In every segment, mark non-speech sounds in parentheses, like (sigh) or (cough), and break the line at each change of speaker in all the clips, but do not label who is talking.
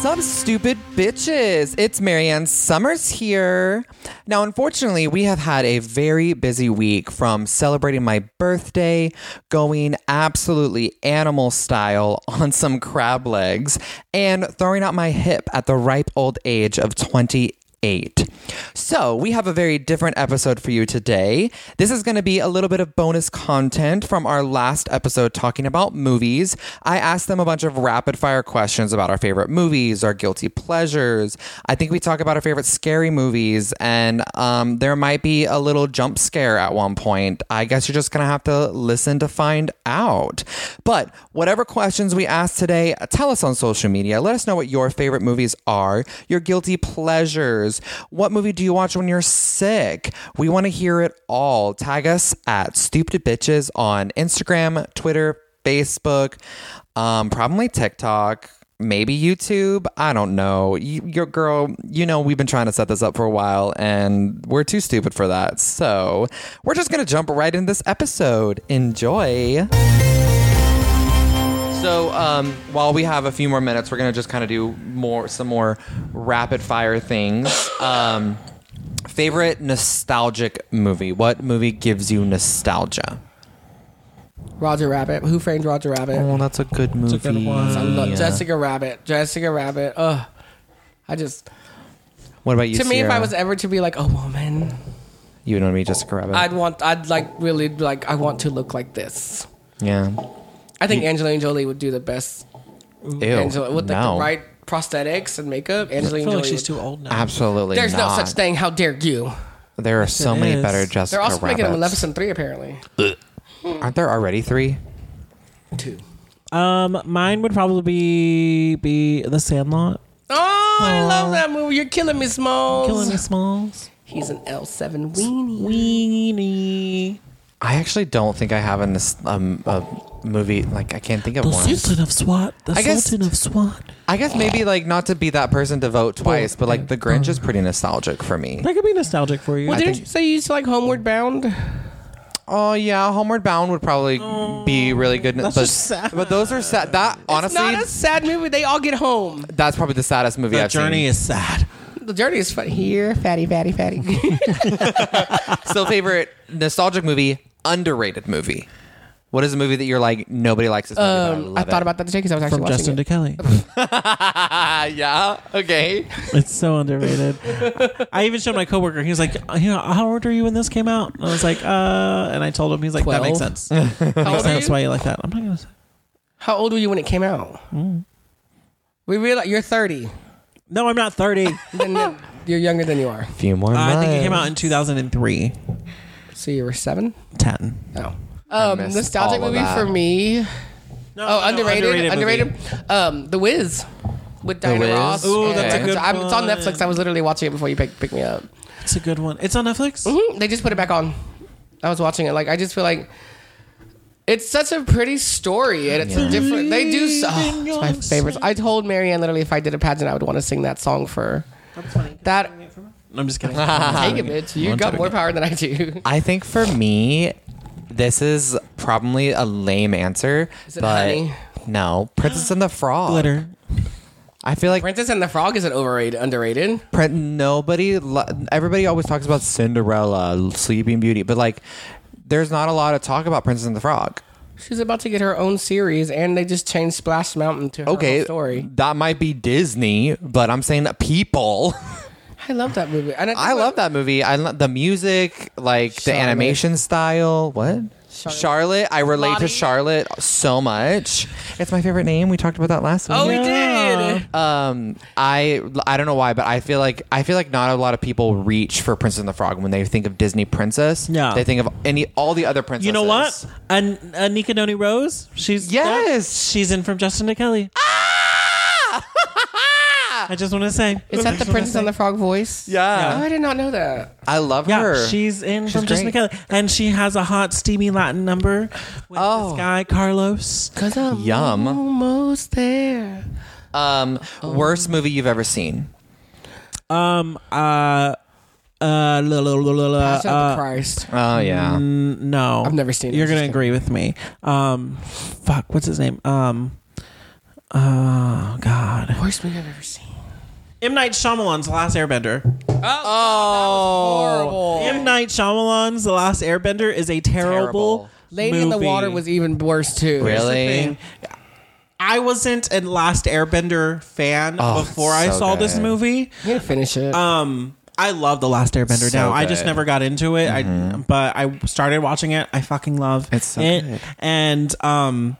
Some stupid bitches. It's Marianne Summers here. Now, unfortunately, we have had a very busy week from celebrating my birthday, going absolutely animal style (laughs) on some crab legs, and throwing out my hip at the ripe old age of 28 eight. So, we have a very different episode for you today. This is going to be a little bit of bonus content from our last episode talking about movies. I asked them a bunch of rapid fire questions about our favorite movies, our guilty pleasures. I think we talk about our favorite scary movies, and um, there might be a little jump scare at one point. I guess you're just going to have to listen to find out. But whatever questions we asked today, tell us on social media. Let us know what your favorite movies are, your guilty pleasures. What movie do you watch when you're sick? We want to hear it all. Tag us at Stupid Bitches on Instagram, Twitter, Facebook, um, probably TikTok. Maybe YouTube. I don't know. You, your girl, you know, we've been trying to set this up for a while and we're too stupid for that. So we're just going to jump right in this episode. Enjoy. So um, while we have a few more minutes, we're gonna just kind of do more some more rapid fire things. Um, favorite nostalgic movie? What movie gives you nostalgia?
Roger Rabbit. Who framed Roger Rabbit?
Oh, that's a good movie.
good one.
I love Jessica Rabbit. Jessica Rabbit. Ugh. I just
What about you?
to me, if
Sierra?
I was ever to be like a woman,
you know me, Jessica Rabbit.
I'd want. I'd like really like. I want to look like this.
yeah.
I think Angelina Jolie would do the best.
Ew.
Angela with like,
no.
the right prosthetics and makeup.
I
Angelina
feel
Jolie.
like she's
would-
too old now.
Absolutely.
There's
not.
no such thing. How dare you?
There are so
It
many
is.
better Jessica
They're also making a
Rabbits.
Maleficent three apparently.
Aren't there already three?
Two.
Um, mine would probably be be The Sandlot.
Oh, I love that movie. You're killing me, Smalls.
Killing me, Smalls.
He's an L seven weenie.
Weenie.
I actually don't think I have in this um, a movie. Like I can't think of
The
one.
Sultan of SWAT. The
I guess-
Sultan of SWAT.
I guess maybe like not to be that person to vote twice, but like the Grinch is pretty nostalgic for me.
That could be nostalgic for you.
Well, didn't
think-
you say you used to like Homeward Bound?
Oh yeah, Homeward Bound would probably be really good.
Oh, that's
but,
just sad.
but those are sad. That honestly,
Not a sad movie. They all get home.
that's probably the saddest movie
the
I've
journey
seen.
is sad.
The journey is fun. Here, fatty,
(laughs)
fatty, fatty.
Still favorite nostalgic movie, underrated movie. What is a movie that you're like nobody likes this movie?
um,
but I,
I
love
thought
it.
about that today because I was actually
From
watching
Justin
it.
to Kelly.
Ah, (laughs) yeah. Okay.
It's so underrated. I even showed my coworker. He was like, uh, you know, "How old are you when this came out?" And I was like, "Uh," and I told him. He's like, "That makes
Twelve.
sense. That
How old,
makes
are
sense
you?
why you like that." I'm not gonna say.
How old were you when it came out?
Mm.
We realize you're 30.
No, I'm not 30.
Then then you're younger than you are.
few more.
I think it came out in 2003.
So you were seven.
10.
No.
I
Um,
missed
nostalgic
all of
movie
that.
for me.
No,
Oh, underrated, underrated,
movie.
Um, The Wiz with Diana
Wiz?
Ross.
Ooh,
and-
that's a
good
I'm- It's on
one.
Netflix. I was literally watching it before you picked pick me up.
It's a good one. It's on Netflix.
Mhm, They just put it back on. I was watching it. Like I just feel like it's such a pretty story, and it's a different. They do. So, oh, it's my favorite. I told Marianne literally if I did a pageant, I would want to sing that song for. That
I'm just kidding.
take it, bitch. You
One
got
second.
more power than I do.
I think for me, this is probably a lame answer.
Is it
but
Honey?
No, Princess and the Frog.
Glitter.
I feel like
Princess and the Frog isn't overrated, underrated.
Pre- nobody, lo- everybody always talks about Cinderella, Sleeping Beauty, but like, there's not a lot of talk about Princess and the Frog.
She's about to get her own series, and they just changed Splash Mountain to her
Okay,
own story.
that might be Disney, but I'm saying that people. (laughs)
I love that movie. And
I love that movie. I love the music, like the
Charlotte.
animation style. What? Charlotte.
Charlotte.
I relate
Lottie.
to Charlotte so much. It's my favorite name. We talked about that last week.
Oh, we
Yeah.
did.
Um, I I don't know why, but I feel like I feel like not a lot of people reach for Princess and the Frog when they think of Disney princess.
Yeah.
they think of any all the other princesses.
You know what? An- Anika Noni Rose. She's
Yes.
She's in from Justin to Kelly. I just want to say.
Is that the Princess and the Frog voice?
Yeah.
Oh, I did not know that.
I love
Yeah,
her.
she's in
She's
from Justin to
great.
Kelly, and she has a hot, steamy Latin number with
Oh.
this guy Carlos.
Cause I'm
Yum.
almost there.
um worst movie you've ever seen.
Um. Uh. Uh. La, la, la, la, la,
Passion of
uh,
the Christ.
Oh yeah,
n- Um, no,
I've never seen it.
You're gonna
Just
agree with me. Um. Fuck. What's his name? Um. Oh God.
Worst movie I've ever seen.
M Night Shyamalan's The Last Airbender.
Oh,
Horrible.
M Night Shyamalan's The Last Airbender is a terrible.
Terrible.
Lady in the
movie.
Water was even worse too.
Here's the
Really?
thing. I wasn't a Last Airbender fan
Oh,
before I
so
saw this
good.
movie.
You didn't finish it.
Um, I love The Last Airbender
So
now. I
good.
just
Mm-hmm.
never got into it. I but I started watching it. I fucking love
It's so
it.
good.
And um,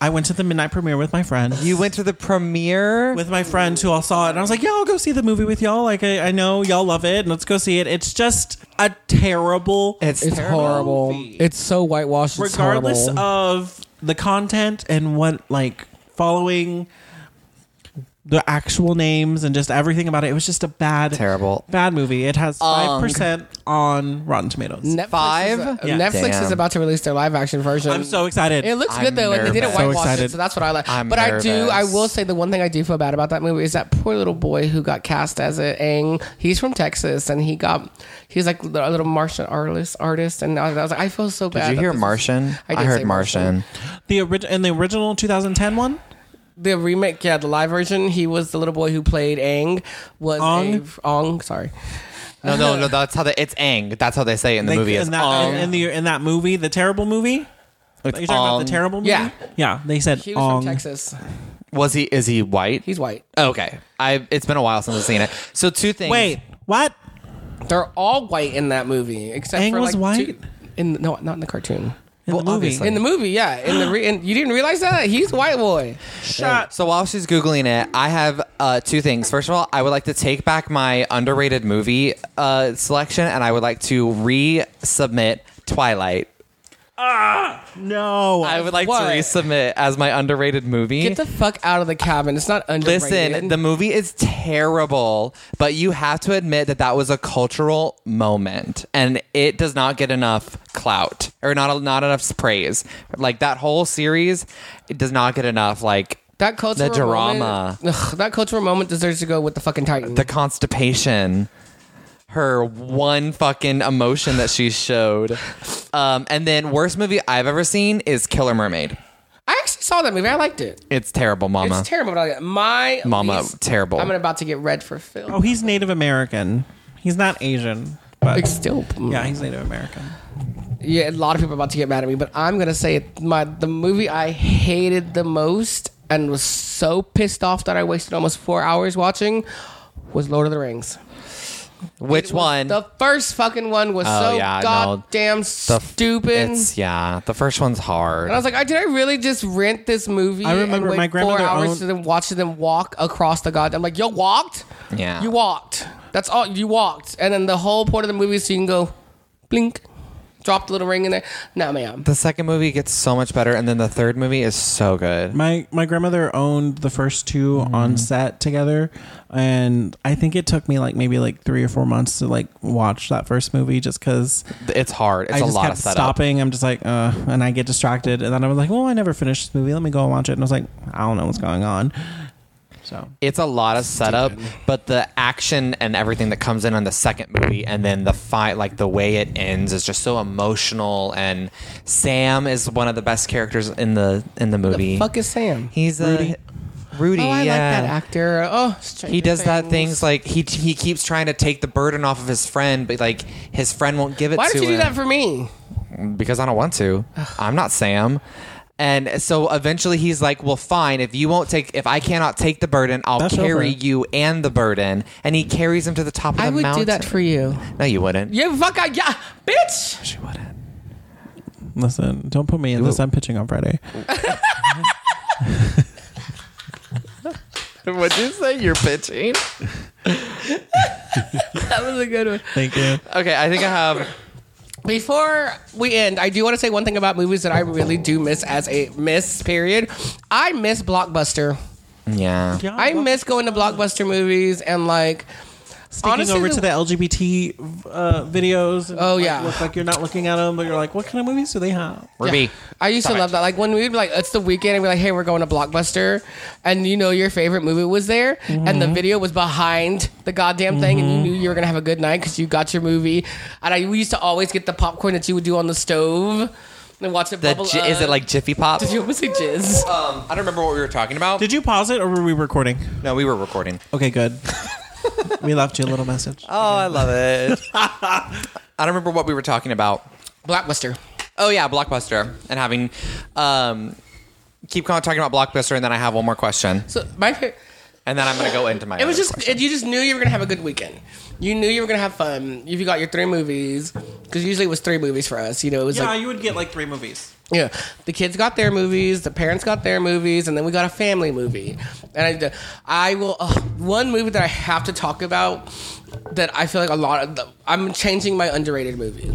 I went to the midnight premiere with my friend.
You went to the premiere.
with my friends who all saw it, and I was like, "Yeah, I'll go see the movie with y'all. Like, I, I know y'all love it, and let's go see it." It's just a terrible,
it's
it's
terrible.
horrible.
movie.
It's so whitewashed. It's
regardless
horrible.
of the content and what like following the actual names and just everything about it. It was just a bad,
Terrible.
bad movie. It has five
Ung.
percent on Rotten Tomatoes.
Netflix
Five?
Is,
Yeah.
Netflix is
Damn.
about to release their live action version.
I'm so excited.
It looks
I'm
good though, and they didn't
nervous.
So
whitewash
excited.
it, so that's what I like.
I'm
but I do,
nervous.
I will say the one thing I do feel bad about that movie is that poor little boy who got cast as a Aang. He's from Texas, and he got he's like a little Martian artist, artist, and I was like, I feel so bad.
Did you
that
hear
this is-
Martian?
I did
heard
say Martian.
Martian.
the original in the original 2010 one.
The remake, yeah, the live version. He was the little boy who played Aang. Was
Ong?
A, Ong, sorry.
No, no, no. That's how they. It's Ang. That's how they say it in the
Like,
movie. It's
in that,
Aang.
in the in that movie, the terrible movie. Are you talking about
Ong.
the terrible movie?
Yeah.
yeah. They said
He was
Ong.
from Texas.
Was he? Is he white?
He's white.
okay. I. It's been a while since I've seen it. So two things.
Wait, what?
They're all white in that movie, except
Aang
for
was
like
white?
two- in the- no, not in the cartoon.
In
Well,
the movie.
obviously.
In the movie, yeah.
(gasps)
In the re- and you didn't realize that he's white boy.
Shut.
So while she's googling it, I have uh, two things. First of all, I would like to take back my underrated movie uh, selection, and I would like to resubmit Twilight.
No.
I would like
What?
to resubmit as my underrated movie.
Get the fuck out of the cabin. It's not underrated.
Listen, the movie is terrible, but you have to admit that that was a cultural moment, and it does not get enough clout or not not enough praise. Like that whole series, it does not get enough like
that cultural
the drama.
Moment, ugh, that cultural moment deserves to go with the fucking Titan.
the constipation, her one fucking emotion that she showed, um, and then worst movie I've ever seen is Killer Mermaid.
I actually saw that movie. I liked it.
It's terrible, Mama.
It's terrible. But I like it. My
Mama,
least-
terrible.
I'm about to get red for film.
oh, he's Native American. He's not Asian, but
It's still,
yeah,
yeah.
he's Native American.
yeah. A lot of people are about to get mad at me, but I'm gonna say it, my the movie I hated the most and was so pissed off that I wasted almost four hours watching was Lord of the Rings.
Which one?
The first fucking one was
Oh,
so
yeah, no.
goddamn
The f-
stupid.
It's, yeah, the first one's hard.
And I was like, I did I really just rent this movie?
I remember
and wait
my grandmother
four hours
owned-
to them watch them walk across the goddamn. I'm like, yo, walked?
Yeah.
you walked. That's all you walked. And then the whole point of the movie is so you can go, blink, drop the little ring in there. No, ma'am.
The second movie gets so much better, and then the third movie is so good.
My my grandmother owned the first two on set together, and I think it took me like maybe like three or four months to like watch that first movie just because
It's hard. It's
I
a
just
lot
kept
of setup.
stopping. I'm just like, uh, and I get distracted, and then I was like, well, I never finished this movie. Let me go and watch it. And I was like, I don't know what's going on. So
It's a lot of setup, but the action and everything that comes in on the second movie, and then the fight, like the way it ends, is just so emotional. And Sam is one of the best characters in the in the movie.
The fuck is Sam?
He's
Rudy.
a Rudy.
oh, I
yeah.
like that actor. Oh,
He does that
things.
things like he he keeps trying to take the burden off of his friend, but like his friend won't give it
Why
to
did you
him
do that for me?
because I don't want to. I'm not Sam. And so eventually he's like, "Well, fine. If you won't take, if I cannot take the burden, I'll
That's
carry
over.
you and the burden." And he carries him to the top of
I
the
would
mountain.
do that for you.
No, you wouldn't.
Yeah, fuck, I, yeah, bitch. (laughs)
She wouldn't.
listen, don't put me in this. I'm pitching on Friday.
Would you say you're pitching?
That was a good one.
Thank you.
Okay, I think I have.
Before we end, I do want to say one thing about movies that I really do miss as a miss period. I miss Blockbuster.
Yeah.
I miss going to Blockbuster movies and like
sticking
Honestly,
over
the-
to the LGBT uh, videos. And
Oh,
like,
yeah.
look like you're not looking at them, but you're like, what kind of movies do they have?
Ruby.
I used to love that. Like when we'd be like, it's the weekend, and we're like, hey, we're going to Blockbuster, and you know your favorite movie was there, and the video was behind the goddamn thing, and you knew you were gonna have a good night because you got your movie. And I we used to always get the popcorn that you would do on the stove. and watch it
The
bubble
ji- is
up.
it
(laughs)
like Jiffy Pop?
Did you almost say jizz?
um, I don't remember what we were talking about.
Did you pause it or were we recording?
no, we were recording.
Okay, (laughs) good. we left you a little message.
Oh, I love
(laughs)
it. I don't remember what we were talking about.
Blockbuster.
Oh yeah, Blockbuster and having um keep on talking about Blockbuster and then I have one more question.
So my fa-
And then I'm going to go into my
it was
Uh,
other
just it, you just knew you were gonna have a good weekend. You knew you were gonna have fun if you got your three movies because usually it was three movies for us. You know, it was
Yeah,
like
you would get like three movies.
yeah, the kids got their movies, the parents got their movies, and then we got a family movie. And I, I will uh, one movie that I have to talk about that I feel like a lot of the, I'm changing my underrated movie.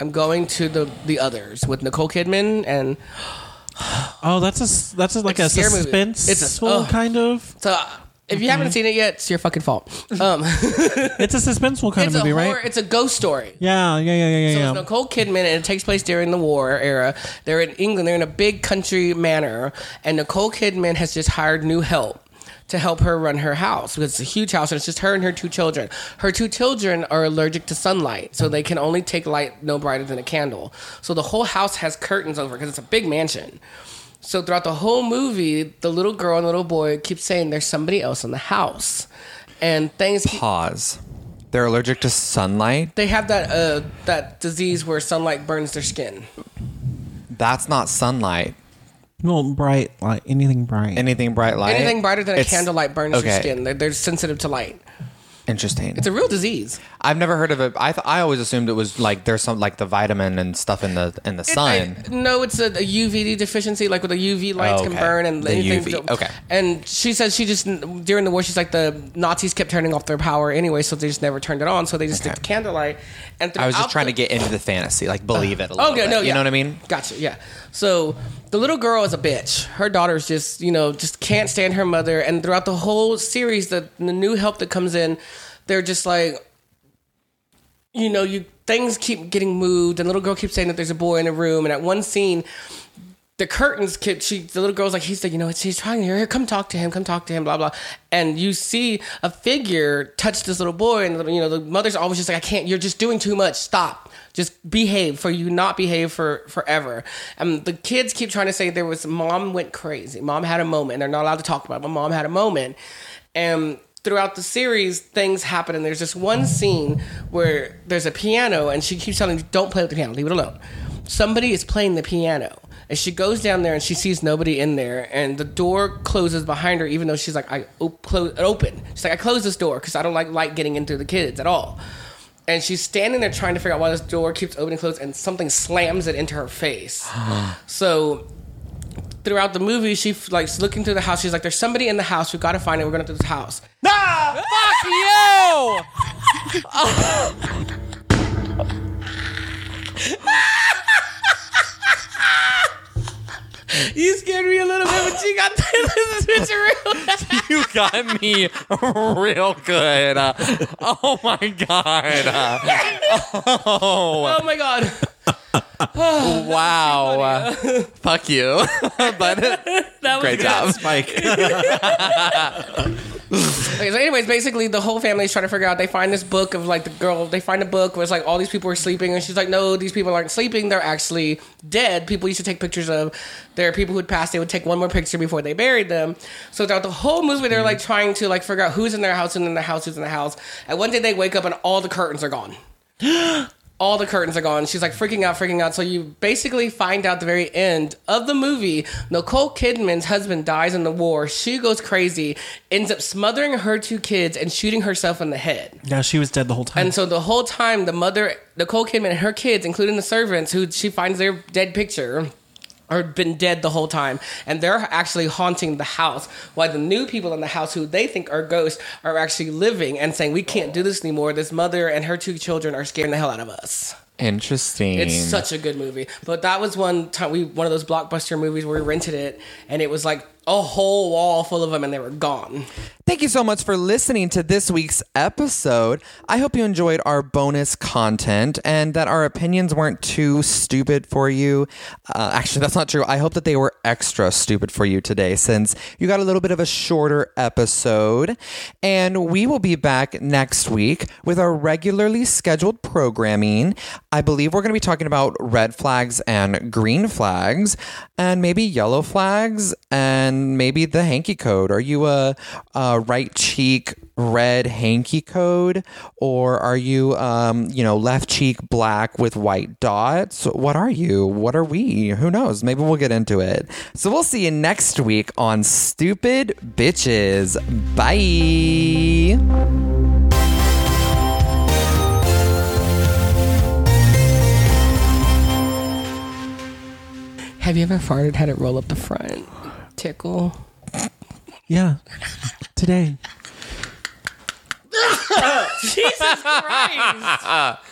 I'm going to the the others with Nicole Kidman and
Oh, that's a s- that's a, like
It's a
a
scare movie.
suspense.
It's a-
It's a
ugh.
kind of.
so. uh, If you haven't seen it yet, it's your fucking fault. Um, (laughs)
It's a suspenseful kind
it's
of
a
movie,
horror,
right?
it's a ghost story.
Yeah, yeah, yeah, yeah,
So
yeah.
it's Nicole Kidman, and it takes place during the war era. They're in England. They're in a big country manor, and Nicole Kidman has just hired new help to help her run her house because it's a huge house, and it's just her and her two children. Her two children are allergic to sunlight, so they can only take light no brighter than a candle. So the whole house has curtains over because it's a big mansion. So throughout the whole movie, the little girl and the little boy keep saying there's somebody else in the house, and things keep
pause. They're allergic to sunlight.
they have that uh, that disease where sunlight burns their skin.
That's not sunlight.
well, bright light, anything bright.
Anything bright light.
Anything brighter than a
It's-
candlelight burns
okay,
your skin. They're, they're sensitive to light.
Interesting.
It's a real disease.
I've never heard of it. I th- I always assumed it was like there's some like the vitamin and stuff in the in the sun.
It- I- no, it's a, a UV deficiency. Like with the UV lights can
Okay.
burn and
The
anything.
UV, okay.
And she says she just during the war, she's like the Nazis kept turning off their power anyway, so they just never turned it on. So they just
Okay.
did candlelight. And
I was
throughout
just trying
the-
to get into the fantasy, like believe it a little
Oh yeah,
bit.
no,
you
yeah.
know what I mean?
Gotcha. Yeah. So the little girl is a bitch. Her daughter's just you know just can't stand her mother, and throughout the whole series, the the new help that comes in, they're just like, you know, you things keep getting moved, and the little girl keeps saying that there's a boy in the room, and at one scene. The curtains kept. She, the little girl's like, he's like, you know, he's trying here. Come talk to him. Come talk to him. Blah blah. And you see a figure touch this little boy, and you know the mother's always just like, I can't. You're just doing too much. Stop just behave for you not behave for forever and the kids keep trying to say there was mom went crazy mom had a moment they're not allowed to talk about it but mom had a moment and throughout the series things happen and there's this one scene where there's a piano and she keeps telling you don't play with the piano leave it alone somebody is playing the piano and she goes down there and she sees nobody in there and the door closes behind her even though she's like i op- close it open she's like i close this door because i don't like light getting into the kids at all and she's standing there trying to figure out why this door keeps opening and closed, and something slams it into
(gasps)
her face. so throughout the movie, she f- like looking through the house. She's like, "There's somebody in the house. We gotta find it. We're going to this
(laughs)
house."
Fuck (laughs) you!
You scared me a little bit, but she got (laughs) this
(laughs)
is real.
You got me real good. Uh, oh my god. Uh,
Oh my god!
wow. Uh, fuck you. (laughs) but
That was
great
good.
job.
Spike.
Okay, so anyways, basically the whole family is trying to figure out. They find this book of like the girl. They find a book where it's like all these people are sleeping, and she's like, "No, these people aren't sleeping. They're actually dead." People used to take pictures of. There are people who'd pass. They would take one more picture before they buried them. So throughout the whole movie, they're like trying to like figure out who's in their house, who's in their house, who's in the house. And one day they wake up and all the curtains are gone all the curtains are gone. She's like freaking out, freaking out. So you basically find out the very end of the movie, Nicole Kidman's husband dies in the war. She goes crazy, ends up smothering her two kids and shooting herself in the head.
Yeah, she was dead the whole time.
And so the whole time, the mother, Nicole Kidman, and her kids, including the servants, who she finds their dead picture, are been dead the whole time, and they're actually haunting the house. While the new people in the house, who they think are ghosts, are actually living and saying, "We can't do this anymore." This mother and her two children are scaring the hell out of us.
Interesting.
It's such a good movie. But that was one time we one of those blockbuster movies where we rented it and it was like a whole wall full of them and they were gone.
Thank you so much for listening to this week's episode. I hope you enjoyed our bonus content and that our opinions weren't too stupid for you. Uh, actually, that's not true. I hope that they were extra stupid for you today since you got a little bit of a shorter episode. And we will be back next week with our regularly scheduled programming. I believe we're going to be talking about red flags and green flags and maybe yellow flags and maybe the hanky code. Are you a uh, right cheek red hanky code or are you um, you know left cheek black with white dots what are you what are we who knows maybe we'll get into it so we'll see you next week on stupid bitches bye
Have you ever farted, had it roll up the front? Tickle.
Yeah.
(laughs)
Today.
Jesus Christ.